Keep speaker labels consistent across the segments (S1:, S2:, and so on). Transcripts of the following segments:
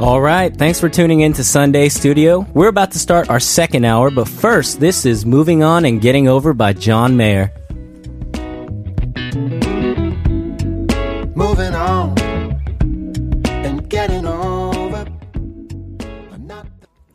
S1: All right, thanks for tuning in to Sunday Studio. We're about to start our second hour, but first, this is Moving On and Getting Over by John Mayer.
S2: moving on and getting over.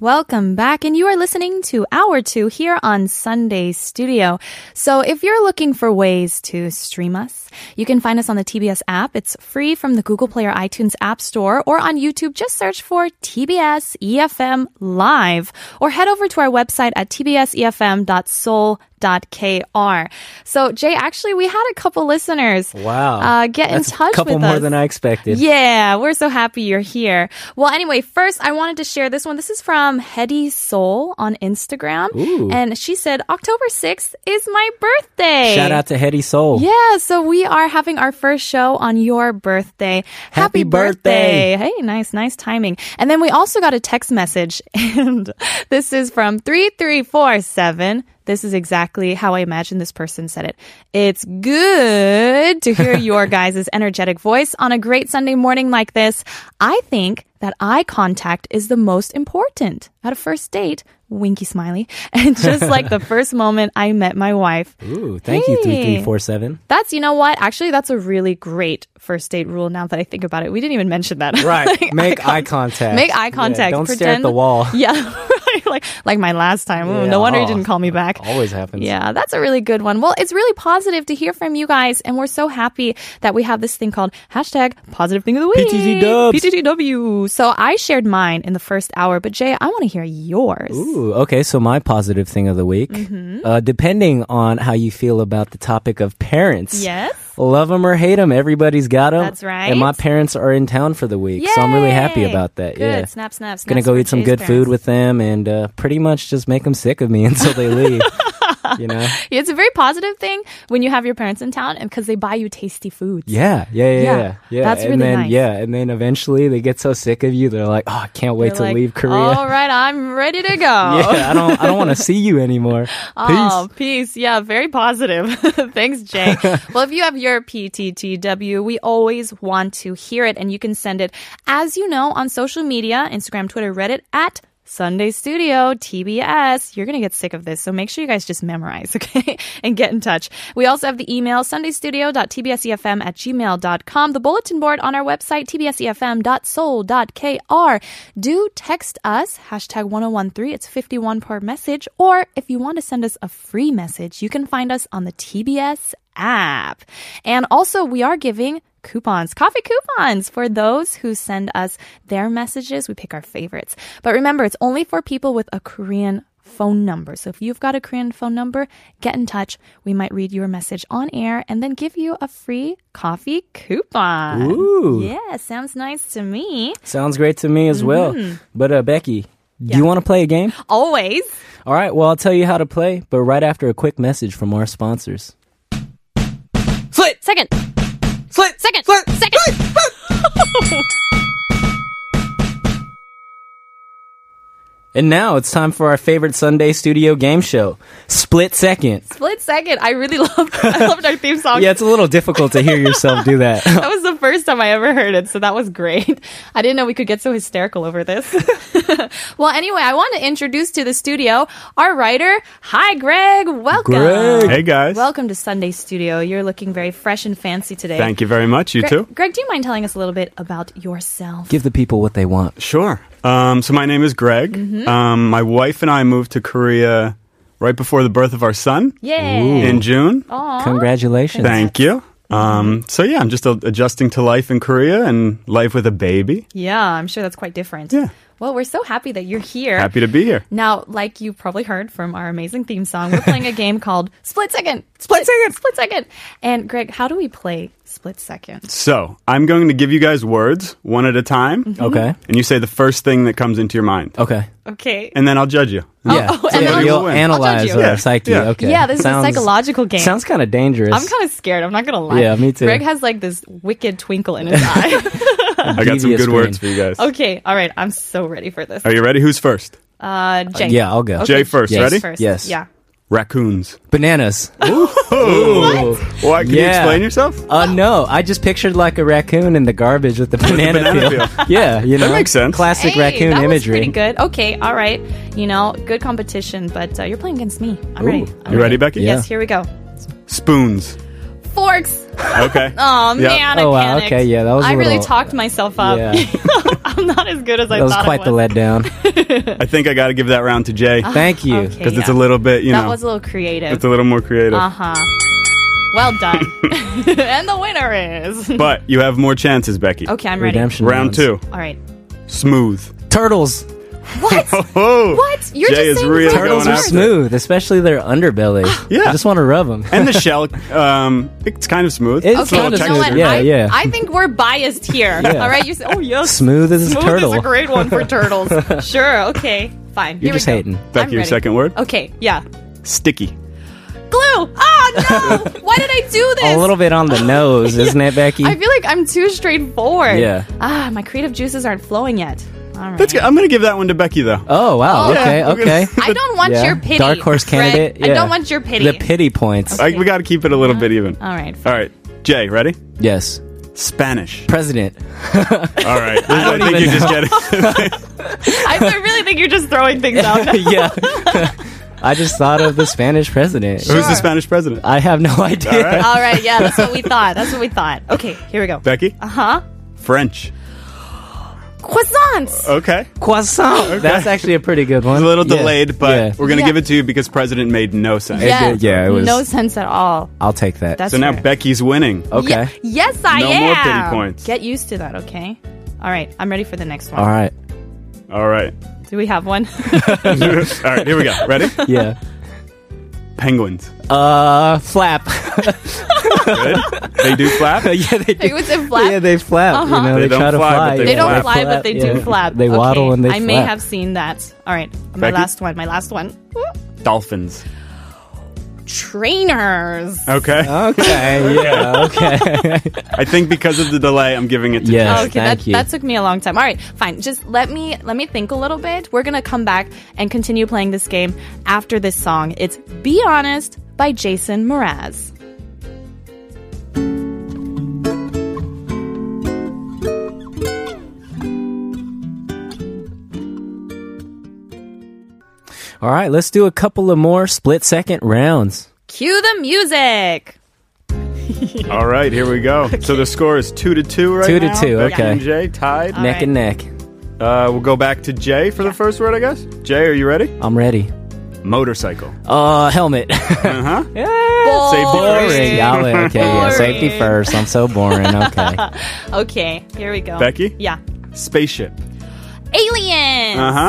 S3: Welcome back, and you are listening to Hour 2 here on Sunday Studio. So if you're looking for ways to stream us, you can find us on the TBS app. It's free from the Google Play or iTunes App Store, or on YouTube, just search for TBS EFM E Live, or head over to our website at tbsefm.soul.kr. So, Jay, actually, we had a couple listeners
S1: Wow.
S3: uh, get
S1: That's
S3: in touch
S1: a couple
S3: with
S1: more
S3: us.
S1: than I expected.
S3: Yeah, we're so happy you're here. Well, anyway, first I wanted to share this one. This is from Hetty Soul on Instagram.
S1: Ooh.
S3: And she said, October 6th is my birthday.
S1: Shout out to Hetty Soul.
S3: Yeah, so we are having our first show on your birthday.
S1: Happy birthday.
S3: Hey, nice, nice timing. And then we also got a text message, and this is from 3347. This is exactly how I imagine this person said it. It's good to hear your guys' energetic voice on a great Sunday morning like this. I think that eye contact is the most important at a first date. Winky smiley. And just like the first moment I met my wife.
S1: Ooh, thank you,
S3: Hey.
S1: 3347.
S3: That's you know what? Actually, that's a really great first date rule. Now that I think about it, we didn't even mention that.
S1: Right.
S3: Like,
S1: make eye
S3: eye
S1: contact.
S3: Make eye contact.
S1: don't stare at the
S3: Pretend-
S1: wall.
S3: con- yeah, right. Like like my last time. Ooh,
S1: Yeah,
S3: no wonder
S1: oh,
S3: you didn't call me back.
S1: Always happens.
S3: Yeah, that's a really good one. Well, it's really positive to hear from you guys, and we're so happy that we have this thing called hashtag positive thing of the week.
S1: PTT dubs.
S3: PTTW. So I shared mine in the first hour, but Jay, I want to hear yours.
S1: Ooh, okay, so my positive thing of the week,
S3: Mm-hmm.
S1: uh, depending on how you feel about the topic of parents,
S3: Yes.
S1: love them or hate them, everybody's got them.
S3: That's right.
S1: And my parents are in town for the week, so I'm really happy
S3: Yay.
S1: about that.
S3: Good.
S1: Yeah,
S3: Snap, snap, snap.
S1: gonna go eat some good food
S3: with.
S1: with them and uh, pretty much just make them sick of me until they leave. you know?
S3: It's a very positive thing when you have your parents in town and because they buy you tasty foods.
S1: Yeah, yeah, yeah,
S3: Yeah,
S1: yeah. yeah.
S3: that's
S1: and
S3: really
S1: then,
S3: nice.
S1: Yeah, and then eventually they get so sick of you, they're like, "Oh, I can't wait to
S3: You're like, "Oh,
S1: leave Korea."
S3: All right, I'm ready to go.
S1: Yeah, I don't I don't want to see you anymore.
S3: Oh,
S1: Peace.
S3: peace. Yeah, very positive. Thanks, Jay. well, if you have your PTTW, we always want to hear it, and you can send it, as you know, on social media Instagram, Twitter, Reddit, at Sunday Studio, TBS. You're going to get sick of this, so make sure you guys just memorize, okay? and get in touch. We also have the email, sundaystudio.tbsefm E at gmail.com, the bulletin board on our website, tbsefm.soul.kr. Do text us, hashtag 1013. It's 51 per message. Or if you want to send us a free message, you can find us on the TBS app. And also, we are giving coupons, coffee coupons for those who send us their messages. We pick our favorites. But remember, it's only for people with a Korean phone number. So if you've got a Korean phone number, get in touch. We might read your message on air and then give you a free coffee coupon.
S1: Ooh.
S3: Yeah, sounds nice to me.
S1: Sounds great to me as
S3: Mm-hmm.
S1: well. But uh, Becky, do you want to play a game?
S3: Always.
S1: All right, well, I'll tell you how to play, but right after a quick message from our sponsors.
S3: Slit. Second. Slit. Second. Slit. Second.
S1: And now it's time for our favorite Sunday studio game show, Split Second.
S3: Split second. I really loved I loved our theme song.
S1: Yeah, it's a little difficult to hear yourself do that.
S3: That was the first time I ever heard it, so that was great. I didn't know we could get so hysterical over this. well, anyway, I want to introduce to the studio our writer. Hi, Greg. Welcome.
S1: Greg.
S4: Hey guys.
S3: Welcome to Sunday Studio. You're looking very fresh and fancy today.
S4: Thank you very much. You too.
S3: Greg, do you mind telling us a little bit about yourself?
S1: Give the people what they want.
S4: Sure. Um, so my name is Greg. Um, my wife and I moved to Korea right before the birth of our son
S3: Yay.
S4: in June.
S1: Congratulations.
S4: Thank you. Um, so yeah, I'm just uh, adjusting to life in Korea and life with a baby.
S3: Yeah, I'm sure that's quite different.
S4: Yeah.
S3: Well, we're so happy that you're here.
S4: Happy to be here.
S3: Now, like you probably heard from our amazing theme song, we're playing a game called Split Second. Split Second. Split Second. And Greg, how do we play Split Second?
S4: So I'm going to give you guys words one at a time.
S1: Okay.
S4: And you say the first thing that comes into your mind.
S1: Mm-hmm. Okay.
S3: Okay.
S4: And then I'll judge you.
S1: yeah.
S3: oh,
S1: so
S3: and I'll-
S1: you'll
S4: I'll judge
S1: analyze
S3: you.
S1: our
S4: Yeah.
S1: psyche.
S4: Yeah.
S1: Okay.
S3: Yeah, this
S1: Sounds-
S3: is a psychological game.
S1: Sounds kind of dangerous.
S3: I'm kind of scared. I'm not going to lie.
S1: Yeah, me too.
S3: Greg has like this wicked twinkle in his eye.
S4: I got some
S1: Devious
S4: good
S1: brain.
S4: words for you guys.
S3: okay. All right. I'm so ready for this.
S4: Are you ready? Who's first?
S3: Uh, Jake.
S1: yeah, I'll go.
S4: Jay first.
S1: Yes.
S4: Ready?
S3: First.
S1: Yes.
S3: Yeah.
S4: Raccoons.
S1: Bananas.
S4: Why? Can you
S1: Yeah.
S4: explain yourself?
S1: Uh, no, I just pictured like a raccoon in the garbage with the banana, peel.
S4: banana peel.
S1: yeah, you know,
S4: makes sense.
S1: Classic
S3: Hey,
S1: raccoon
S3: that was
S1: imagery.
S3: pretty good. Okay, all right. You know, good competition, but uh, you're playing against me. I'm
S1: Ooh.
S3: ready. I'm
S4: You ready, Becky?
S1: Yeah.
S3: Yes, here we go.
S4: Spoons.
S3: Forks.
S4: Okay.
S3: Oh
S4: Yeah.
S3: man,
S1: Oh,
S3: I
S1: wow,
S3: panicked.
S1: okay, yeah, that was a
S3: I really
S1: little-
S3: talked myself up.
S1: Yeah.
S3: I'm not as good as I
S1: That was
S3: thought
S1: quite
S3: I
S1: the
S3: was.
S1: letdown.
S4: I think I got to give that round to Jay because
S1: Thank you.
S3: Okay,
S4: it's a
S3: Uh-huh. yeah.
S4: little bit, you
S3: That
S4: know,
S3: was a little creative.
S4: it's a little more creative.
S3: Uh huh. Well done. and the winner is.
S4: But you have more chances, Becky.
S3: Okay, I'm ready.
S1: Redemption. rounds.
S4: Round two.
S3: All right.
S4: Smooth.
S1: Turtles.
S3: What?
S4: Oh.
S3: What? You're
S4: Jay
S3: just
S4: is
S3: saying
S4: really
S3: the
S1: Turtles
S4: going
S1: are
S4: after it.
S1: smooth, especially their underbelly.
S4: Yeah.
S1: I just want to rub them.
S4: And the shell, um, it's kind of smooth.
S1: It's
S4: It's a
S3: Okay,
S1: kind
S4: little
S1: of
S3: you know what?
S4: textured.
S1: Yeah,
S3: I,
S1: yeah.
S3: I think we're biased here.
S1: Yeah.
S3: All right, you say, oh yes,
S1: Smooth as a
S3: smooth
S1: turtle.
S3: is a great one for turtles. sure, okay, fine.
S1: You're
S3: here we
S1: just
S3: go.
S1: hating.
S3: I'm
S4: Becky, your
S3: ready.
S4: second word?
S3: Okay, yeah,
S4: Sticky.
S3: glue. Ah no! Why did I do this?
S1: A little bit on the nose, isn't it, Becky?
S3: I feel like I'm too straightforward.
S1: Yeah.
S3: Ah, my creative juices aren't flowing yet. All right.
S4: That's good. I'm going to give that one to Becky, though.
S1: oh wow.
S4: Yeah,
S1: okay.
S4: we're gonna-
S1: Okay.
S3: I don't want
S1: Yeah.
S3: your pity.
S1: Dark horse
S3: Greg.
S1: candidate.
S3: I
S1: yeah.
S3: don't want your pity.
S1: The pity points.
S4: I, we got to keep it a
S3: Uh-huh.
S4: little bit even.
S3: All right.
S4: All right. Jay, ready?
S1: Yes.
S4: Spanish.
S1: President.
S4: All right. I, think you just get it.
S3: I I really think you're just throwing things out.
S1: yeah. I just thought of the Spanish president.
S4: Who's the Spanish
S3: Uh,
S4: president?
S1: I have no idea.
S3: All right. Yeah, that's what we thought. That's what we thought. Okay, here we go.
S4: Becky?
S3: Uh huh.
S4: French.
S3: Croissants.
S1: Oh,
S4: Okay.
S1: Croissant. That's actually a pretty good one.
S4: A little
S1: Yeah.
S4: delayed, but
S1: Yeah.
S4: we're going to
S3: Yeah.
S4: give it to you because president made no sense.
S1: Yeah. did- it was-
S3: no sense at all.
S1: I'll take that.
S3: That's
S4: So now
S3: fair.
S4: Becky's winning.
S1: okay.
S3: Ye- yes, I
S4: No
S3: am.
S4: more pity points.
S3: Get used to that, okay? All right, I'm ready for the next one.
S1: All right.
S4: All right.
S3: Do we have one?
S4: All right. Here we go. Ready?
S1: Yeah.
S4: Penguins.
S1: Uh, flap.
S4: Good. They do flap.
S1: yeah, they do.
S3: Penguins and flap? Uh-huh.
S1: Yeah, they flap. You know,
S4: They
S1: they,
S4: don't
S1: try to
S4: fly, but
S1: fly.
S4: they
S3: they don't
S4: flap.
S3: fly, but they do
S1: yeah.
S3: flap.
S1: They
S3: Okay,
S1: waddle and they
S3: I
S1: flap.
S3: may have seen that. All right, my
S4: Becky?
S3: last one. My last one.
S4: Dolphins.
S3: Trainers.
S4: Okay.
S1: Okay. Yeah. Okay.
S4: I think because of the delay, I'm giving it to
S1: Yes.
S3: okay,
S1: thank
S3: that,
S1: you.
S3: that took me a long time. All right, fine. Just let me let me think a little bit. We're gonna come back and continue playing this game after this song. It's "Be Honest" by Jason Mraz.
S1: All right. Let's do a couple of more split second rounds.
S3: Cue the music.
S4: Jay. All right, here we go. So the score is two to two right
S1: Two to
S4: now.
S1: two,
S4: Becky
S1: okay.
S4: and Jay tied.
S1: neck
S3: right.
S1: and neck.
S4: Uh, we'll go back to Jay for the first word, I guess. Jay, are you ready?
S1: I'm ready.
S4: Motorcycle.
S3: Oh,
S1: Uh, helmet.
S4: Uh huh. Safety first.
S1: boring. Y'all, okay. Yeah. Safety
S3: Boring.
S1: first. I'm so boring. Okay.
S3: Okay, here we go.
S4: Becky?
S3: Yeah.
S4: Spaceship.
S3: Aliens.
S4: Uh huh.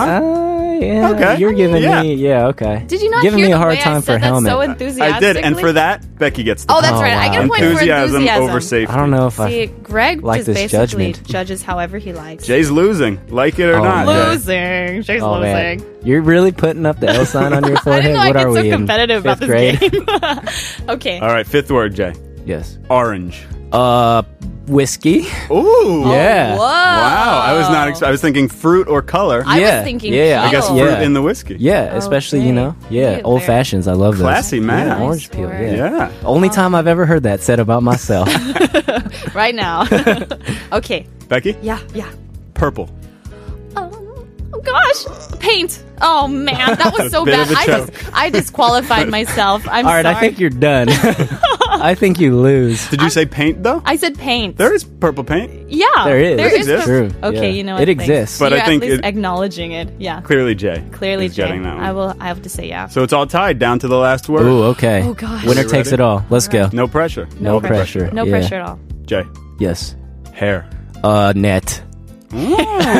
S1: Uh, yeah.
S4: Okay.
S1: You're giving
S4: Yeah.
S1: me. Yeah. Okay.
S3: Did you not
S1: giving
S3: hear
S1: me a
S3: the
S1: hard
S3: way
S1: time
S3: I
S1: for
S3: said that
S1: helmet?
S3: so
S4: I
S3: enthusiastically?
S4: did, and for that, Becky gets the
S3: Oh, that's
S1: Oh,
S3: right. I
S1: wow.
S3: get a point for
S4: enthusiasm,
S3: enthusiasm
S4: over safety.
S1: I don't know if
S3: See,
S1: I.
S3: Greg
S1: like
S3: just
S1: this
S3: basically
S1: judgment.
S3: judges however he likes.
S4: Jay's losing, like it or
S1: Oh, man.
S4: not. Jay.
S3: Losing. She's
S1: Oh
S3: losing.
S1: man, you're really putting up the L sign on your
S3: I
S1: forehead.
S3: didn't know I
S1: what
S3: get
S1: are
S3: so
S1: we in
S3: competitive about
S1: fifth
S3: this
S1: grade?
S3: game. okay.
S4: All right, fifth word, Jay.
S1: Yes.
S4: Orange.
S1: Uh, whiskey.
S3: Oh,
S4: Ooh.
S1: yeah.
S3: Whoa.
S4: Wow. I was not. Ex- I was thinking fruit or color.
S3: I
S1: Yeah,
S3: was thinking
S1: yeah, I
S4: I guess
S3: peel.
S1: Yeah.
S4: fruit in the whiskey.
S1: Yeah, especially you know, yeah,
S3: Look at
S1: old
S3: there.
S1: fashions. I love those.
S4: Classy, man.
S1: Yeah, orange
S3: Nice
S1: peel.
S3: word.
S1: Yeah.
S4: Yeah.
S1: Only time I've ever heard that said about myself.
S3: right now. okay.
S4: Becky.
S3: Yeah, yeah.
S4: Purple.
S3: Oh, oh gosh, paint. Oh man, that was so
S4: Bit
S3: bad.
S4: of a
S3: I
S4: choke.
S3: dis- I disqualified myself. I'm
S1: All right,
S3: sorry.
S1: I think you're done. I think you lose.
S4: Did you say paint though?
S3: I said paint.
S4: there is purple paint.
S3: yeah,
S1: There is.
S3: There
S1: It
S3: is
S4: exists.
S3: purple-
S1: True,
S3: Okay,
S1: yeah.
S3: you know
S1: It
S3: what? Thanks.
S1: exists.
S4: But I
S3: You're
S4: think
S3: at least
S4: it-
S3: acknowledging it. Yeah,
S4: Clearly, Jay.
S3: clearly,
S4: is
S3: Jay.
S4: getting that one.
S3: I will. I have to say yeah.
S4: So it's all tied down to the last word.
S1: Ooh, okay.
S3: Oh, gosh.
S1: Winner
S3: Are
S4: you
S1: takes it
S4: ready?
S1: all. Let's go.
S4: No pressure.
S1: No pressure.
S3: No
S1: Yeah.
S3: pressure at all.
S4: Jay.
S1: Yes.
S4: Hair.
S1: Uh, net.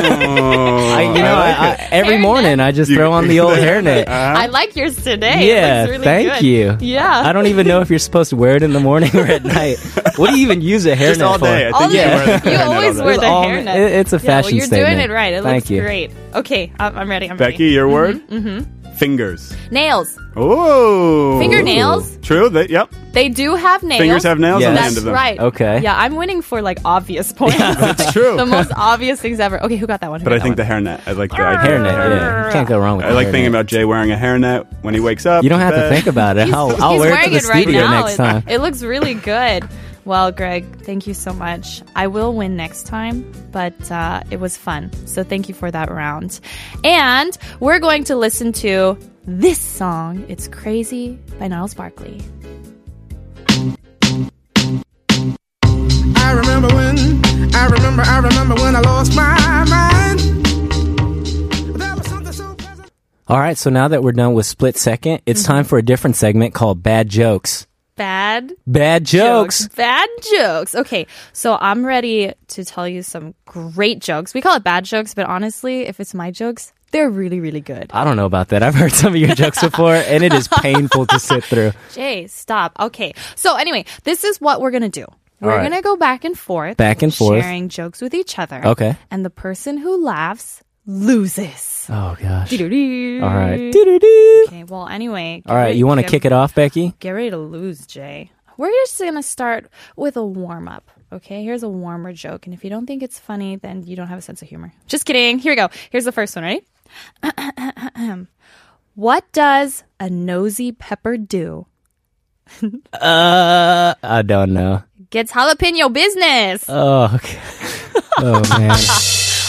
S1: I, you know,
S4: I like Uh-huh.
S1: I- I- every morning I just throw on the old hairnet.
S5: I like yours today. It
S1: yeah,
S5: looks really
S1: thank
S5: good.
S1: you.
S5: Yeah.
S1: I don't even know if you're supposed to wear it in the morning or at night. What do you even use a hairnet
S4: Just all
S1: for?
S4: day. I think
S5: All
S4: you
S5: day.
S4: wear that
S5: You
S4: hairnet all
S5: always
S4: day.
S5: wear the
S1: All-
S5: hairnet.
S1: it- it's a
S5: Yeah, well,
S1: fashion
S5: you're doing
S1: statement.
S5: it right. It
S1: Thank
S5: looks
S1: you.
S5: great. Okay, I'm, I'm ready. I'm
S4: Becky,
S5: ready.
S4: your word? Mm-hmm. Fingers.
S3: Nails.
S4: Oh.
S3: Fingernails.
S4: True. That, yep.
S3: They do have nails.
S4: Fingers have nails
S1: Yes.
S4: on the
S3: That's
S4: end of them.
S3: right.
S1: Okay.
S3: Yeah, I'm winning for like obvious points.
S4: It's true.
S3: the most obvious things ever. Okay, who got that one? Who
S4: but I
S3: got
S4: think
S3: that
S4: the hairnet. I like the idea. of the
S1: Hairnet, yeah. You can't go wrong with
S4: I
S1: the
S4: like
S1: hairnet.
S4: thinking about Jay wearing a hairnet when he wakes up.
S1: You don't have to
S4: bed.
S1: think about it. I'll,
S3: one?
S1: I'll
S3: He's
S1: wear it to
S3: wearing
S1: the
S3: it, right
S1: studio
S3: now.
S1: next
S3: It-
S1: time.
S3: It, looks really good. Well, Greg, thank you so much. I will win next time, but uh, it was fun. So thank you for that round. And we're going to listen to this song. It's Crazy by Niles Barkley.
S6: I remember when, I remember, I remember when I lost my mind. There was something so pleasant.
S1: All right, so now that we're done with Split Second, it's
S5: Mm-hmm.
S1: time for a different segment called Bad Jokes.
S3: Bad
S1: Bad jokes.
S3: Bad jokes. Okay, so I'm ready to tell you some great jokes. We call it bad jokes, but honestly, if it's my jokes, they're really, really good.
S1: I don't know about that. I've heard some of your jokes before, and it is painful to sit through.
S3: Jay, stop. Okay. So anyway, this is what we're gonna do. We're
S1: right.
S3: gonna go back and forth.
S1: Back and forth.
S3: Sharing jokes with each other.
S1: Okay.
S3: And the person who laughs loses.
S1: Oh gosh. All
S3: All
S1: right. Doo-doo-doo.
S3: Okay, well anyway.
S1: All right, you want to kick it off, Becky?
S3: Get ready to lose, Jay. We're just gonna start with a warm up. Okay, here's a warmer joke. And if you don't think it's funny, then you don't have a sense of humor. Just kidding. Here we go. Here's the first one, ready? what does a nosy pepper do?
S1: Uh, I don't know.
S3: Gets jalapeno business.
S1: Oh, okay. oh man,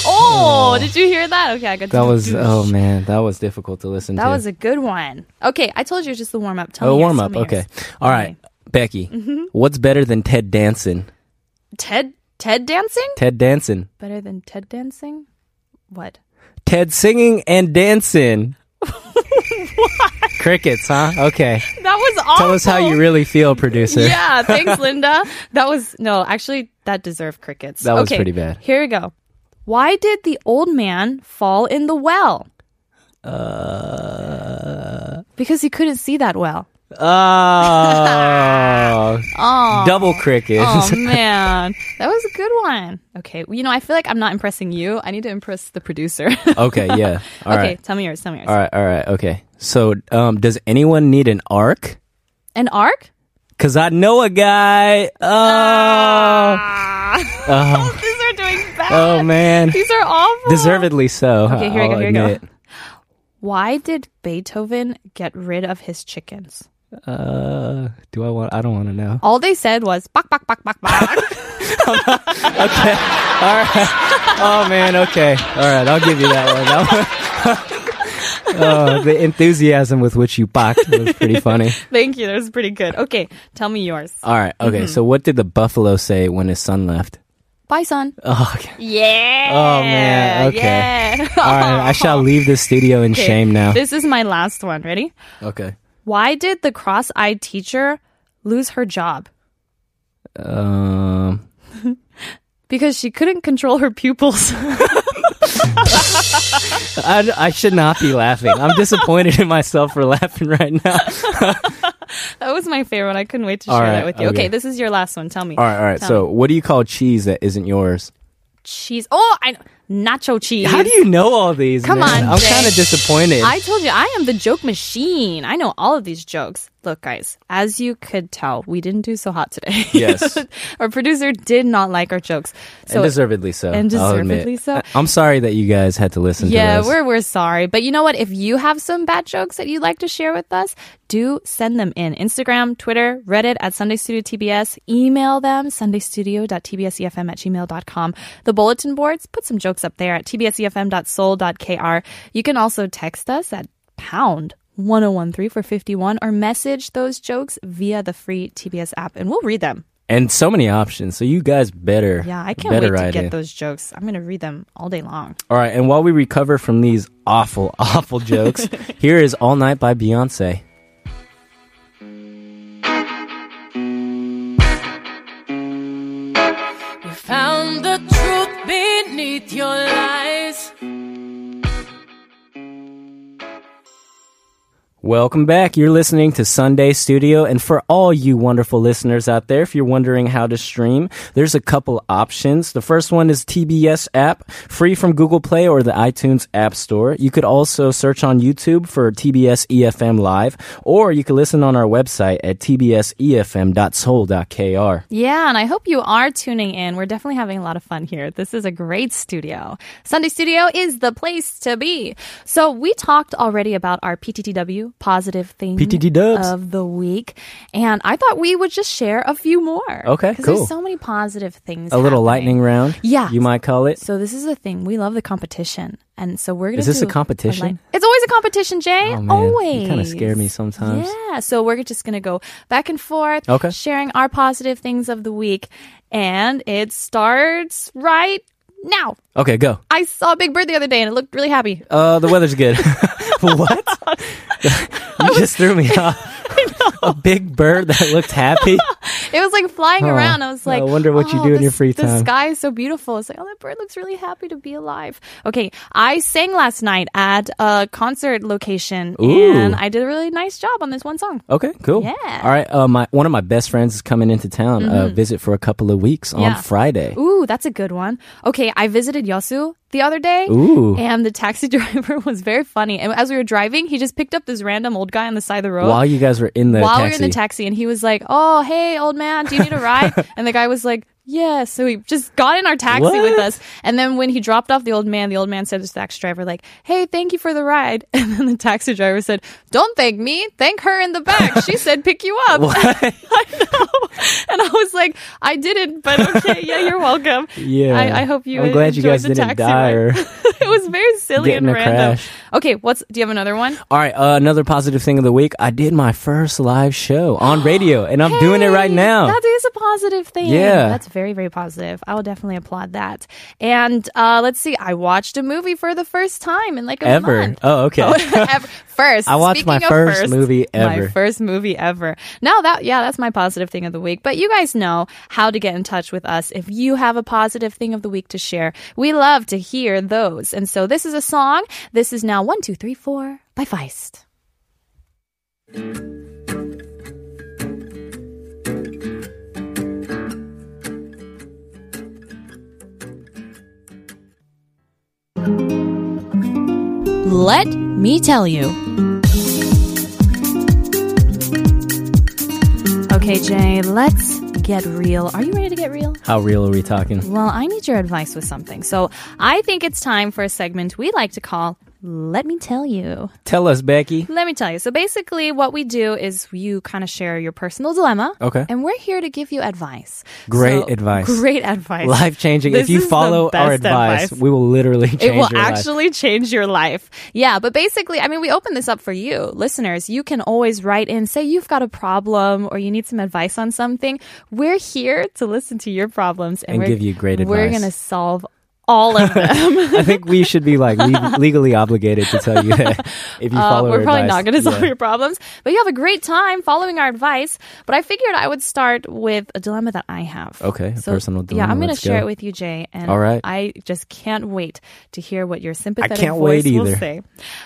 S3: Oh, did you hear that? Okay, I got
S1: that was oh man, that was difficult to listen
S3: that
S1: to.
S3: was a good one. Okay, I told you it's just the warm up. Tell
S1: oh,
S3: me yours,
S1: warm
S3: tell
S1: up.
S3: me
S1: Okay.
S3: yours.
S1: All right, Becky.
S3: Mm-hmm.
S1: What's better than Ted dancing?
S3: Ted Ted dancing
S1: Ted dancing.
S3: better than Ted dancing. What?
S1: Ted singing and dancing. Crickets, huh? Okay.
S3: That was awful.
S1: Tell us how you really feel, producer.
S3: Yeah, thanks, Linda. That was no, actually, that deserved crickets.
S1: That was
S3: okay,
S1: pretty bad.
S3: Here we go. Why did the old man fall in the well? Uh, because he couldn't see that well.
S1: Oh. Double crickets.
S3: Oh man, that was a good one. Okay, well, you know, I feel like I'm not impressing you. I need to impress the producer.
S1: Okay, yeah. Oh, All
S3: okay,
S1: right.
S3: tell me yours. Tell me yours.
S1: All right, all right. Okay. So, um does anyone need an arc?
S3: An arc?
S1: Cuz I know a guy. Oh.
S3: These are doing bad.
S1: Oh man.
S3: These are awful.
S1: Deservedly so.
S3: Ah. Okay, here we
S1: I'll
S3: go, here we go.
S1: admit.
S3: Why did Beethoven get rid of his chickens?
S1: Uh, do I want I don't want to know.
S3: All they said was "bak bak bak bak bak."
S1: Oh man, okay. All right, I'll give you that one. That one- oh, the enthusiasm with which you balked was pretty funny.
S3: Thank you. That was pretty good. Okay, tell me yours.
S1: All right, okay.
S3: Mm-hmm.
S1: So, what did the buffalo say when his son left?
S3: Bye, son.
S1: Oh, okay.
S3: Yeah.
S1: Oh, man, okay.
S3: Yeah.
S1: All right, I shall leave the studio in shame now.
S3: This is my last one. Ready?
S1: Okay.
S3: Why did the cross-eyed teacher lose her job?
S1: Um,
S3: Because she couldn't control her pupils.
S1: I, I should not be laughing. I'm disappointed in myself for laughing right now.
S3: that was my favorite one. I couldn't wait to
S1: All
S3: share
S1: right,
S3: that with you. Okay.
S1: okay.
S3: this is your last one. Tell me.
S1: All right, all right.
S3: Tell
S1: So,
S3: me.
S1: what do you call cheese that isn't yours?
S3: cheese. Oh, I know. nacho cheese.
S1: How do you know all these?
S3: Come
S1: man?
S3: on,
S1: I'm
S3: Jay.
S1: kind of disappointed.
S3: I told you I am the joke machine. I know all of these jokes. Look, guys, as you could tell, we didn't do so hot today.
S1: Yes.
S3: our producer did not like our jokes. So
S1: and deservedly so.
S3: and
S1: I'll admit.
S3: deservedly so.
S1: I'm sorry that you guys had to listen to
S3: yeah,
S1: this.
S3: we're we're sorry, but you know what? If you have some bad jokes that you'd like to share with us, do send them in Instagram, Twitter, Reddit at Sunday Studio TBS. Email them sundaystudio.tbsefm e at gmail.com. The bulletin boards put some jokes up there at tbsefm.soul.kr. You can also text us at pound. 1013 for 51 or message those jokes via the free TBS app and we'll read them.
S1: and so many options. So you guys better.
S3: Yeah, I can't
S1: better
S3: wait to
S1: write
S3: get
S1: in.
S3: those jokes. I'm going to read them all day long.
S1: All right, and while we recover from these awful, awful jokes, here is "All Night" by Beyonce.
S7: found the truth beneath beneath your lies.
S1: Welcome back. You're listening to Sunday Studio. And for all you wonderful listeners out there, if you're wondering how to stream, there's a couple options. The first one is TBS app, free from Google Play or the iTunes App Store. You could also search on YouTube for TBS EFM E Live, or you can listen on our website at E tbsefm.soul.kr.
S3: Yeah, and I hope you are tuning in. We're definitely having a lot of fun here. This is a great studio. Sunday Studio is the place to be. So we talked already about our PTTW positive thing
S1: PTT dubs.
S3: of the week, and I thought we would just share a few more.
S1: Okay,
S3: because
S1: cool.
S3: there's so many positive things.
S1: A little lightning
S3: happening.
S1: round,
S3: Yeah.
S1: you might call it.
S3: So this is the thing. We love the competition, and so we're gonna.
S1: Is this
S3: do
S1: a competition?
S3: line- it's always a competition, Jay.
S1: Oh, man.
S3: Always.
S1: You kind of scare me sometimes.
S3: Yeah. So we're just gonna go back and forth.
S1: Okay.
S3: Sharing our positive things of the week, and it starts right now.
S1: Okay, go.
S3: I saw Big Bird the other day, and it looked really happy.
S1: Uh, the weather's good. what? you just threw me off. A big bird that looked happy.
S3: It was like flying
S1: Huh.
S3: around. I was
S1: I
S3: like,
S1: wonder what you
S3: "Oh,
S1: do in your
S3: this-
S1: free
S3: The
S1: time."
S3: sky is so beautiful. It's like, oh, that bird looks really happy to be alive. Okay, I sang last night at a concert location,
S1: Ooh.
S3: and I did a really nice job on this one song.
S1: Okay, cool.
S3: Yeah. Mm-hmm.
S1: All right. Uh, my one of my best friends is coming into town. Uh, visit for a couple of weeks on
S3: Yeah.
S1: Friday.
S3: Ooh, that's a good one. Okay, I visited Yosu the other day.
S1: Ooh.
S3: And the taxi driver was very funny. And as we were driving, he just picked up this random old guy on the side of the road.
S1: While you guys were in the
S3: while we
S1: taxi.
S3: were in the taxi and he was like oh hey old man do you need a ride and the guy was like yeah so he just got in our taxi with
S1: What?
S3: us and then when he dropped off the old man the old man said to the taxi driver like hey thank you for the ride and then the taxi driver said don't thank me thank her in the back she said pick you up i know and i was like i didn't but okay yeah you're welcome
S1: yeah.
S3: i, I hope you
S1: I'm glad you
S3: enjoyed
S1: guys
S3: the
S1: didn't
S3: taxi
S1: die.
S3: ride.
S1: Or...
S3: it was very silly
S1: Get in
S3: and
S1: a
S3: random
S1: crash.
S3: okay what's do you have another one
S1: All right. Uh, another positive thing of the week. I did my first live show on radio, and I'm doing it right
S3: Hey,
S1: now.
S3: That is a positive thing.
S1: Yeah.
S3: That's very, very positive. I will definitely applaud that. And uh, let's see, I watched a movie for the first time in like a
S1: Ever.
S3: month.
S1: Oh, okay.
S3: Ever. First,
S1: I watched
S3: Speaking
S1: my
S3: of
S1: first movie
S3: My
S1: ever.
S3: first movie ever. Now that yeah, that's my positive thing of the week. But you guys know how to get in touch with us if you have a positive thing of the week to share. We love to hear those. And so this is a song. This is now one, two, three, four by Feist.
S7: Let me tell you.
S3: Okay, Jay, let's get real. Are you ready to get real?
S1: How real are we talking?
S3: Well, I need your advice with something. So I think it's time for a segment we like to call Let Me Tell You.
S1: Tell us, Becky.
S3: Let me tell you. So basically, what we do is you kind of share your personal dilemma.
S1: Okay.
S3: And we're here to give you advice.
S1: Great advice.
S3: Great advice.
S1: Life changing.
S3: This
S1: If you
S3: is the
S1: follow our
S3: best
S1: advice, we will literally change
S3: it will
S1: your life.
S3: actually change your life. Yeah, but basically, I mean, we open this up for you, listeners. You can always write in, say you've got a problem or you need some advice on something. We're here to listen to your problems and,
S1: And
S3: we're-
S1: give you great
S3: We're
S1: advice.
S3: gonna solve all of them.
S1: I think we should be like le- legally obligated to tell you that if you
S3: Uh,
S1: follow
S3: we're
S1: our
S3: probably
S1: advice.
S3: not going to solve
S1: Yeah.
S3: your problems, but you have a great time following our advice. But I figured I would start with a dilemma that I have.
S1: Okay, a personal dilemma.
S3: Yeah, I'm
S1: Let's
S3: gonna share
S1: go.
S3: it with you, Jay. And
S1: All right.
S3: I just can't wait to hear what your sympathetic
S1: can't
S3: voice
S1: wait
S3: will
S1: either.
S3: say.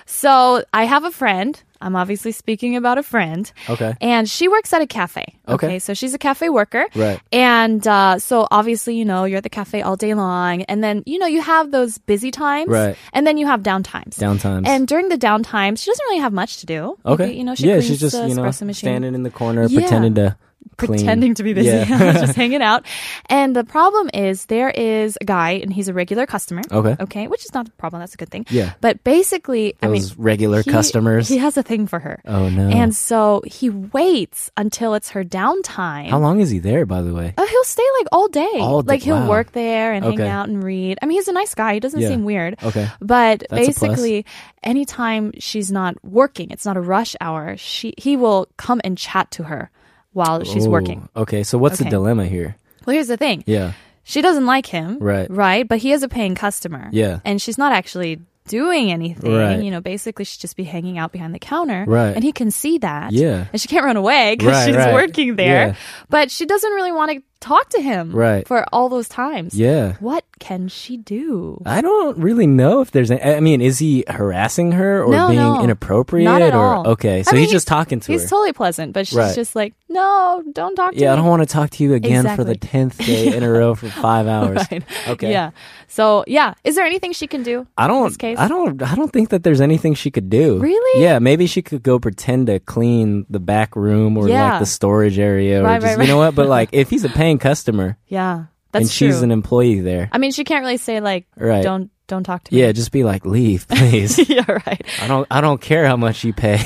S3: So I have a friend. I'm obviously speaking about a friend.
S1: Okay.
S3: And she works at a cafe.
S1: Okay.
S3: So she's a cafe worker.
S1: Right.
S3: And uh, so obviously, you know, you're at the cafe all day long. And then, you know, you have those busy times.
S1: Right.
S3: And then you have down times.
S1: Down times.
S3: And during the down times, she doesn't really have much to do.
S1: Okay.
S3: Maybe, you know, she
S1: yeah,
S3: cleans
S1: she's just
S3: the
S1: you know
S3: espresso machine.
S1: standing in the corner,
S3: Yeah.
S1: pretending to clean.
S3: Pretending to be busy,
S1: Yeah.
S3: just hanging out. And the problem is, there is a guy, and he's a regular customer.
S1: Okay.
S3: Okay, which is not a problem. That's a good thing.
S1: Yeah.
S3: But basically, I mean,
S1: Those regular
S3: he-
S1: customers.
S3: He has a thing for her.
S1: Oh, no.
S3: And so he waits until it's her downtime.
S1: How long is he there, by the way?
S3: Oh, he'll stay like all day.
S1: All day-
S3: Like he'll
S1: wow.
S3: work there and
S1: Okay.
S3: hang out and read. I mean, he's a nice guy. He doesn't
S1: Yeah.
S3: seem weird.
S1: Okay.
S3: But
S1: That's a plus.
S3: basically, anytime she's not working, it's not a rush hour. She he will come and chat to her while she's
S1: Oh,
S3: working.
S1: Okay, so what's
S3: Okay.
S1: the dilemma here?
S3: Well, here's the thing.
S1: Yeah.
S3: She doesn't like him.
S1: Right.
S3: Right. But he is a paying customer.
S1: Yeah.
S3: And she's not actually doing anything.
S1: Right.
S3: You know, basically she'd just be hanging out behind the counter.
S1: Right.
S3: And he can see that.
S1: Yeah.
S3: And she can't run away because
S1: Right,
S3: she's
S1: right.
S3: working there.
S1: Yeah.
S3: But she doesn't really want to talked to him
S1: Right.
S3: for all those times.
S1: Yeah.
S3: What can she do?
S1: I don't really know if there's. Any, I mean, is he harassing her or
S3: no,
S1: being
S3: no.
S1: inappropriate?
S3: Not at
S1: or
S3: all.
S1: okay,
S3: I
S1: so
S3: mean,
S1: he's just talking to
S3: he's
S1: her.
S3: totally pleasant, but she's
S1: Right.
S3: just like, no, don't talk to me.
S1: yeah, I don't want to talk to you again for the
S3: Exactly.
S1: tenth day in a row for five hours.
S3: Right.
S1: Okay.
S3: Yeah. So yeah, is there anything she can do?
S1: I
S3: In
S1: don't.
S3: this case?
S1: I don't. I don't think that there's anything she could do.
S3: Really?
S1: Yeah. Maybe she could go pretend to clean the back room or like
S3: Yeah.
S1: the storage area or
S3: Right,
S1: just
S3: right,
S1: you know
S3: right.
S1: what. But like, if he's a paying customer
S3: Yeah,
S1: and
S3: that's
S1: she's
S3: true.
S1: an employee there,
S3: I mean, she can't really say like,
S1: Right.
S3: don't don't talk to me.
S1: yeah, just be like, leave, please.
S3: yeah, right.
S1: I don't. I don't care how much you pay.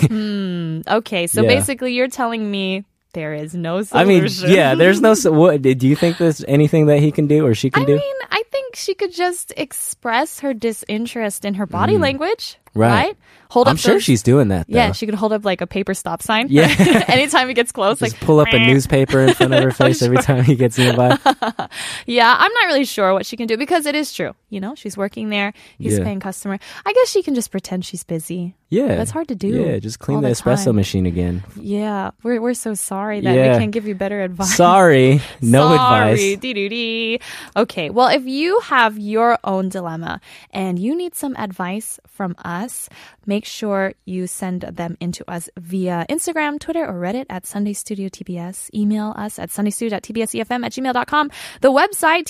S3: Okay, so
S1: Yeah.
S3: basically, you're telling me there is no solution.
S1: I mean, yeah. There's no. s- What do you think? There's anything that he can do or she can
S3: I
S1: do?
S3: mean, I think she could just express her disinterest in her body
S1: Mm.
S3: language,
S1: Right.
S3: right? Hold
S1: I'm
S3: up
S1: sure
S3: those-
S1: she's doing that. Though.
S3: Yeah, she could hold up like a paper stop sign.
S1: Yeah.
S3: Anytime he gets
S1: just
S3: close, like
S1: pull up a newspaper in front of her face every time he gets nearby.
S3: Yeah, I'm not really sure what she can do because it is true. You know, she's working there. He's
S1: Yeah.
S3: paying customer. I guess she can just pretend she's busy.
S1: Yeah,
S3: That's hard to do
S1: Yeah, just clean
S3: all
S1: the
S3: the
S1: espresso
S3: time.
S1: machine again.
S3: Yeah, we're we're so sorry that
S1: Yeah.
S3: we can't give you better advice.
S1: Sorry, no
S3: Sorry.
S1: advice.
S3: Dee-doo-dee. Okay, well, if you have your own dilemma and you need some advice from us, make sure you send them into us via Instagram, Twitter, or Reddit at Sunday Studio TBS. Email us at sundaystudio.tbsefm E at gmail.com. The website,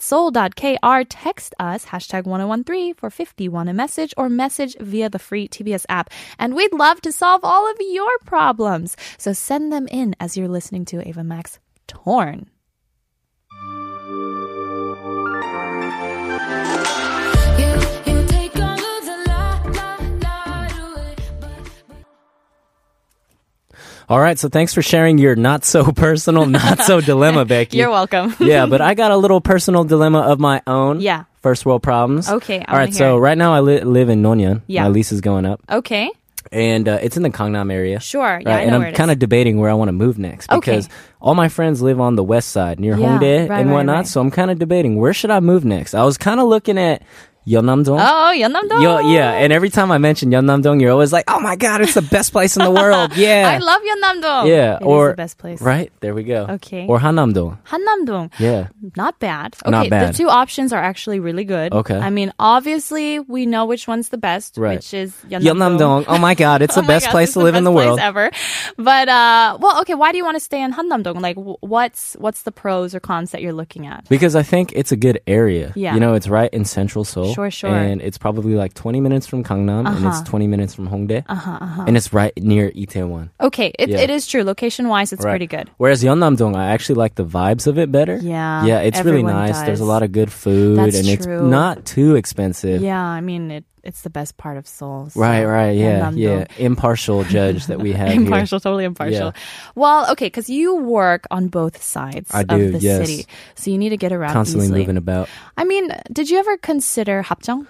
S3: tbsefm.soul.kr. Text us, hashtag 1013 for 51 a message or message via the free TBS app. And we'd love to solve all of your problems. So send them in as you're listening to Ava Max Torn.
S1: All right, so thanks for sharing your not so personal, not so dilemma, Becky.
S3: You're welcome.
S1: yeah, but I got a little personal dilemma of my own.
S3: Yeah.
S1: First world problems.
S3: Okay, I
S1: All right,
S3: wanna
S1: so
S3: hear it.
S1: right now I li- live in Nonyeon.
S3: Yeah.
S1: My lease is going up,
S3: Okay.
S1: and uh, it's in the Gangnam area.
S3: Sure. Yeah,
S1: Right,
S3: I know
S1: and
S3: where
S1: I'm
S3: it
S1: kind
S3: is.
S1: of debating where I want to move next
S3: Okay.
S1: because all my friends live on the west side near
S3: Yeah,
S1: Hongdae
S3: right,
S1: and
S3: right,
S1: whatnot.
S3: right.
S1: So I'm kind of debating where should I move next. I was kind of looking at Yeonnam-dong.
S3: Oh, Yeonnam-dong.
S1: Yo, yeah, and every time I mention Yeonnam-dong, you're always like, "Oh my god, it's the best place in the world!" Yeah,
S3: I love Yeonnam-dong.
S1: yeah,
S3: It is
S1: or
S3: the best place.
S1: Right there, we go.
S3: Okay.
S1: or Hanam-dong.
S3: Hannam-dong.
S1: Yeah,
S3: Not bad. Okay,
S1: Not bad.
S3: the two options are actually really good.
S1: Okay.
S3: I mean, obviously, we know which one's the best,
S1: Right.
S3: which is
S1: Yeonnam-dong.
S3: Yeonnam-dong.
S1: Oh my god, it's
S3: Oh
S1: the
S3: my
S1: best
S3: gosh,
S1: place
S3: it's
S1: to live in the
S3: best place
S1: world.
S3: ever. But uh, well, okay. Why do you want to stay in Hannam-dong? Like, wh- what's what's the pros or cons that you're looking at?
S1: Because I think it's a good area.
S3: Yeah.
S1: You know, it's right in central Seoul.
S3: Sure, Uh-huh. sure.
S1: And it's probably like 20 minutes from Gangnam and it's 20 minutes from Hongdae. Uh-huh, And it's right near Itaewon.
S3: Okay, it,
S1: Yeah.
S3: it is true. Location wise, it's
S1: Right.
S3: pretty good.
S1: Whereas Yeonnam-dong, I actually like the vibes of it better.
S3: Yeah,
S1: Yeah, it's really
S3: everyone
S1: nice. There's a
S3: does.
S1: lot of good food
S3: That's
S1: and it's
S3: true.
S1: not too expensive.
S3: Yeah, I mean, it it's the best part of Seoul. so
S1: Right, right, yeah,
S3: Yeonnam-dong.
S1: yeah. Impartial judge that we have here.
S3: impartial, totally impartial. Well, okay, because you work on both sides
S1: I
S3: of
S1: do,
S3: the
S1: yes.
S3: city, so you need to get around
S1: Constantly
S3: easily.
S1: moving about.
S3: I mean, did you ever consider Hapjeong?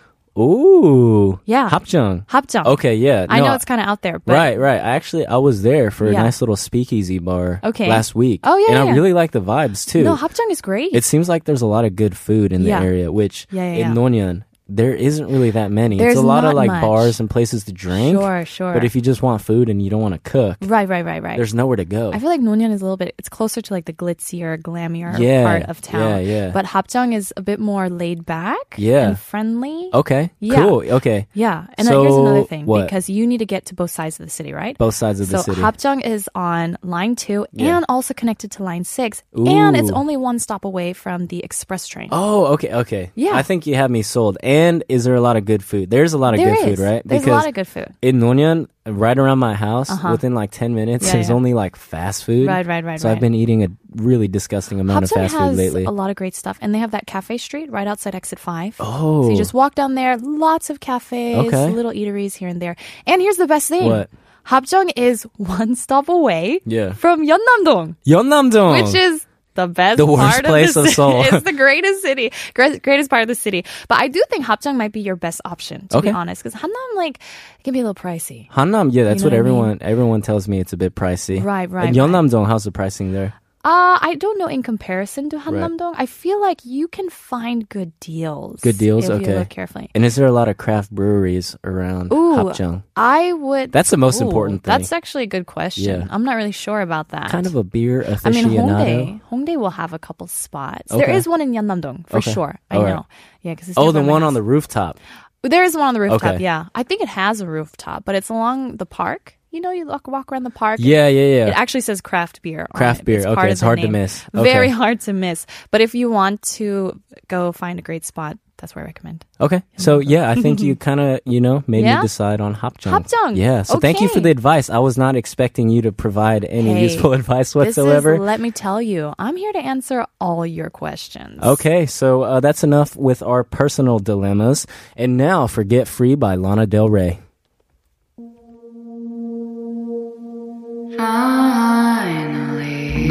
S1: Ooh.
S3: Yeah.
S1: Hapjeong.
S3: Hapjeong.
S1: Okay, yeah.
S3: I
S1: no,
S3: know it's kind of out there, but
S1: right, right. I actually I was there for a
S3: Yeah.
S1: nice little speakeasy bar
S3: Okay.
S1: last week.
S3: Oh, yeah,
S1: and
S3: yeah,
S1: I
S3: yeah.
S1: really like the vibes too.
S3: no, Hapjeong is great.
S1: it seems like there's a lot of good food in the
S3: Yeah.
S1: area, which
S3: Yeah, yeah,
S1: in
S3: yeah.
S1: Nonyeon there isn't really that many.
S3: There's
S1: it's a lot of
S3: not
S1: like
S3: much.
S1: bars and places to drink.
S3: Sure, sure.
S1: But if you just want food and you don't want to cook,
S3: right, right, right, right.
S1: there's nowhere to go.
S3: I feel like Nonyeon is a little bit. It's closer to like the glitzier, glamier
S1: Yeah,
S3: part of town.
S1: yeah, yeah.
S3: But Hapjeong is a bit more laid back.
S1: Yeah.
S3: and friendly.
S1: okay,
S3: Yeah.
S1: cool. Okay,
S3: Yeah, and then here's
S1: So,
S3: another thing
S1: what?
S3: because you need to get to both sides of the city, right?
S1: both sides of the
S3: so
S1: city.
S3: Hapjeong is on line two
S1: Yeah.
S3: and also connected to line six, and it's
S1: Ooh.
S3: only one stop away from the express train.
S1: Oh, okay, okay.
S3: Yeah.
S1: I think you have me sold. And is there a lot of good food? There's a lot of
S3: There
S1: good food,
S3: is.
S1: right?
S3: There's a lot of good food.
S1: In Nonyeon, right around my house, within like 10 minutes,
S3: Yeah,
S1: there's
S3: yeah.
S1: only like fast food.
S3: Right, right, right,
S1: So I've been
S3: right.
S1: eating a really disgusting amount
S3: Hapjeong
S1: of fast food
S3: has
S1: lately.
S3: a lot of great stuff, and they have that cafe street right outside exit five.
S1: Oh.
S3: so you just walk down there. Lots of cafes,
S1: Okay.
S3: little eateries here and there. And here's the best thing:
S1: What?
S3: Hapjeong is one stop away
S1: Yeah.
S3: from Yeonnam-dong.
S1: Yeonnam-dong!
S3: which is the best,
S1: The worst
S3: part
S1: place
S3: of,
S1: of
S3: the city.
S1: Seoul.
S3: it's the greatest city, gre- greatest part of the city. But I do think Hapjeong might be your best option, to
S1: Okay.
S3: be honest, because Hanam like it can be a little pricey.
S1: Hannam, yeah, that's
S3: know
S1: what
S3: what I mean?
S1: everyone everyone tells me. It's a bit pricey.
S3: Right, right,
S1: And
S3: right.
S1: Yeonnam-dong, how's the pricing there?
S3: Uh, I don't know in comparison to
S1: Right.
S3: Hanamdong. I feel like you can find good deals.
S1: Good deals,
S3: if
S1: okay.
S3: you look carefully.
S1: And is there a lot of craft breweries around
S3: Ooh,
S1: Hapjeong?
S3: I would.
S1: That's the most important thing.
S3: That's actually a good question.
S1: Yeah.
S3: I'm not really sure about that.
S1: Kind of a beer
S3: I mean,
S1: aficionado.
S3: Hongdae. Hongdae will have a couple spots. There
S1: Okay.
S3: is one in Yeonnam-dong for
S1: Okay.
S3: sure. I
S1: All right.
S3: know. Yeah, because
S1: oh, the one on the rooftop.
S3: There is one on the rooftop.
S1: Okay.
S3: Yeah, I think it has a rooftop, but it's along the park. You know, you walk, walk around the park.
S1: Yeah, yeah, yeah.
S3: It actually says craft beer. on
S1: Craft
S3: it.
S1: beer.
S3: part
S1: Okay,
S3: of
S1: it's
S3: the
S1: hard to
S3: name.
S1: miss.
S3: Very
S1: Okay.
S3: hard to miss. But if you want to go find a great spot, that's where I recommend.
S1: Okay. So, yeah, I think you kind of, you know, made
S3: Yeah?
S1: me decide on Hapjeong.
S3: Hapjeong.
S1: Yeah. So thank you for
S3: Okay.
S1: the advice. I was not expecting you to provide any
S3: Hey,
S1: useful advice
S3: This is,
S1: whatsoever.
S3: let me tell you, I'm here to answer all your questions.
S1: Okay, so uh, that's enough with our personal dilemmas. And now for Get Free by Lana Del Rey.
S8: Finally,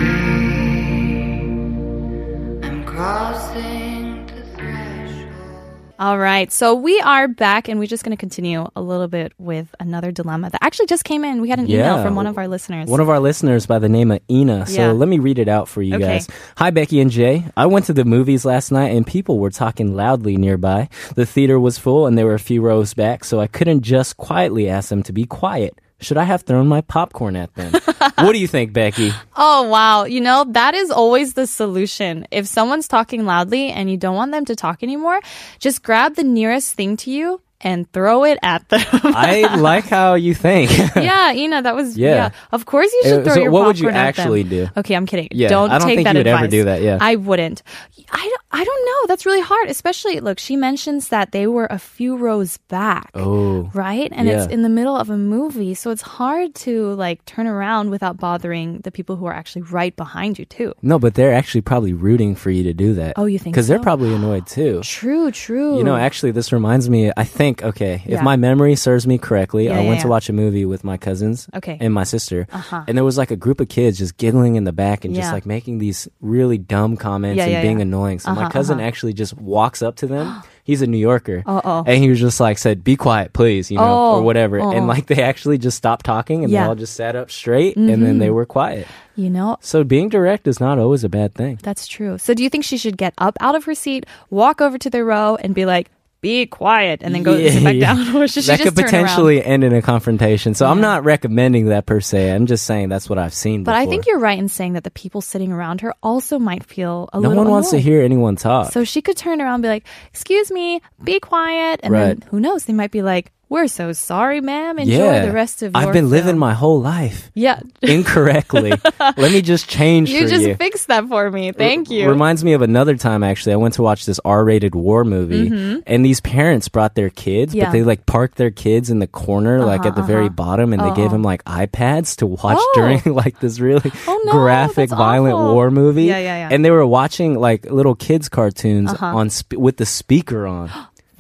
S8: I'm crossing the threshold.
S3: All right. So we are back and we're just going to continue a little bit with another dilemma that actually just came in. We had an email
S1: Yeah.
S3: from one of our listeners.
S1: One of our listeners by the name of Ina. So
S3: Yeah.
S1: let me read it out for you
S3: Okay.
S1: guys. Hi, Becky and Jay. I went to the movies last night and people were talking loudly nearby. The theater was full and there were a few rows back, so I couldn't just quietly ask them to be quiet. Should I have thrown my popcorn at them? what do you think, Becky?
S3: Oh, wow. You know, that is always the solution. If someone's talking loudly and you don't want them to talk anymore, just grab the nearest thing to you and throw it at them.
S1: I like how you think.
S3: yeah, Ina, that was
S1: Yeah.
S3: yeah. Of course, you
S1: Uh,
S3: should throw
S1: so
S3: your
S1: what would you
S3: popcorn at them.
S1: actually do?
S3: Okay, I'm kidding.
S1: Yeah,
S3: don't
S1: I don't
S3: take
S1: think
S3: that
S1: you would ever
S3: advice.
S1: do that, yeah.
S3: I wouldn't. I don't, I don't know. That's really hard, especially look. She mentions that they were a few rows back.
S1: Oh.
S3: Right? And it's
S1: Yeah.
S3: in the middle of a movie, so it's hard to like turn around without bothering the people who are actually right behind you too.
S1: No, but they're actually probably rooting for you to do that.
S3: Oh, you think
S1: Because they're
S3: so?
S1: probably annoyed too.
S3: True, true.
S1: You know, actually, this reminds me. I think okay, if
S3: Yeah.
S1: my memory serves me correctly,
S3: Yeah,
S1: I
S3: yeah,
S1: went to
S3: yeah.
S1: watch a movie with my cousins,
S3: Okay.
S1: and my sister, uh-huh. and there was like a group of kids just giggling in the back and just
S3: Yeah.
S1: like making these really dumb comments
S3: Yeah,
S1: and
S3: yeah,
S1: being
S3: yeah. Uh-huh,
S1: annoying. So my cousin actually just walks up to them. He's a New Yorker, Uh-oh. and he was just like said, "Be quiet, please," you know, or
S3: Oh,
S1: whatever. And
S3: oh.
S1: like they actually just stopped talking and they
S3: Yeah. Mm-hmm.
S1: all just sat up straight, and then they were quiet.
S3: you know,
S1: So being direct is not always a bad thing.
S3: That's true. So do you think she should get up out of her seat, walk over to the row, and be like, "Be quiet," and then go
S1: Yeah,
S3: sit back
S1: yeah.
S3: down, or should she
S1: that could
S3: just turn
S1: potentially
S3: around?
S1: end in a confrontation. So I'm not recommending that per se. I'm just saying that's what I've seen.
S3: But I
S1: before.
S3: think you're right in saying that the people sitting around her also might feel a
S1: no
S3: little.
S1: one wants to
S3: annoyed.
S1: hear anyone talk.
S3: So she could turn around, and be like, "Excuse me, be quiet," and
S1: Right.
S3: then who knows? They might be like, "We're so sorry, ma'am. Enjoy
S1: yeah,
S3: the rest of your."
S1: I've been living
S3: film."
S1: my whole life
S3: yeah.
S1: incorrectly. Let me just change
S3: You
S1: for
S3: just
S1: you.
S3: fixed that for me. Thank you.
S1: Reminds me of another time actually. I went to watch this R-rated war movie, and these parents brought their kids,
S3: Mm-hmm. Yeah. Uh-huh,
S1: but they like parked their kids in the corner, like at the very bottom, and they gave them like iPads to watch
S3: Oh.
S1: during like this really
S3: Oh, no,
S1: graphic,
S3: that's
S1: violent
S3: awful.
S1: war movie.
S3: Yeah, yeah, Uh-huh. yeah.
S1: And they were watching like little kids' cartoons on sp- with the speaker on.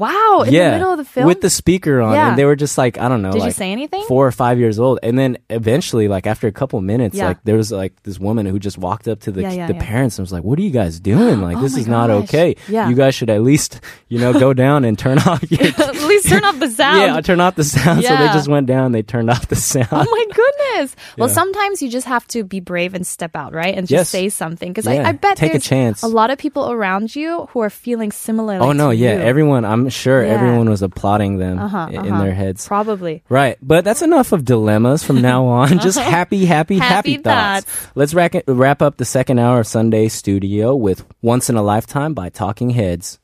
S3: wow! In
S1: yeah,
S3: the middle of the film,
S1: with the speaker on,
S3: Yeah.
S1: and they were just like, I don't know.
S3: Did you
S1: like,
S3: say anything?
S1: Four or five years old, and then eventually, like after a couple minutes,
S3: Yeah.
S1: like there was like this woman who just walked up to the
S3: Yeah, yeah,
S1: the
S3: yeah.
S1: parents and was like, "What are you guys doing? Like
S3: Oh
S1: this
S3: my
S1: is not
S3: gosh.
S1: okay.
S3: Yeah.
S1: You guys should at least you know go down and turn off your."
S3: at least turn off the sound.
S1: Yeah, turn off the sound. So they
S3: Yeah.
S1: just went down. and They turned off the sound.
S3: Oh my goodness. Well,
S1: Yeah.
S3: sometimes you just have to be brave and step out, right? And
S1: Yes.
S3: just say something. Because
S1: Yeah.
S3: I, I bet
S1: Take a
S3: there's
S1: chance.
S3: a lot of people around you who are feeling similar.
S1: Oh, no, yeah, everyone. I'm sure
S3: Yeah. Uh-huh,
S1: everyone was applauding them i- in their heads.
S3: Probably.
S1: Right, but that's enough of dilemmas from now on. Just happy, happy, happy,
S3: Happy
S1: thoughts. Let's rack wrap up the second hour of Sunday Studio with "Once in a Lifetime" by Talking Heads.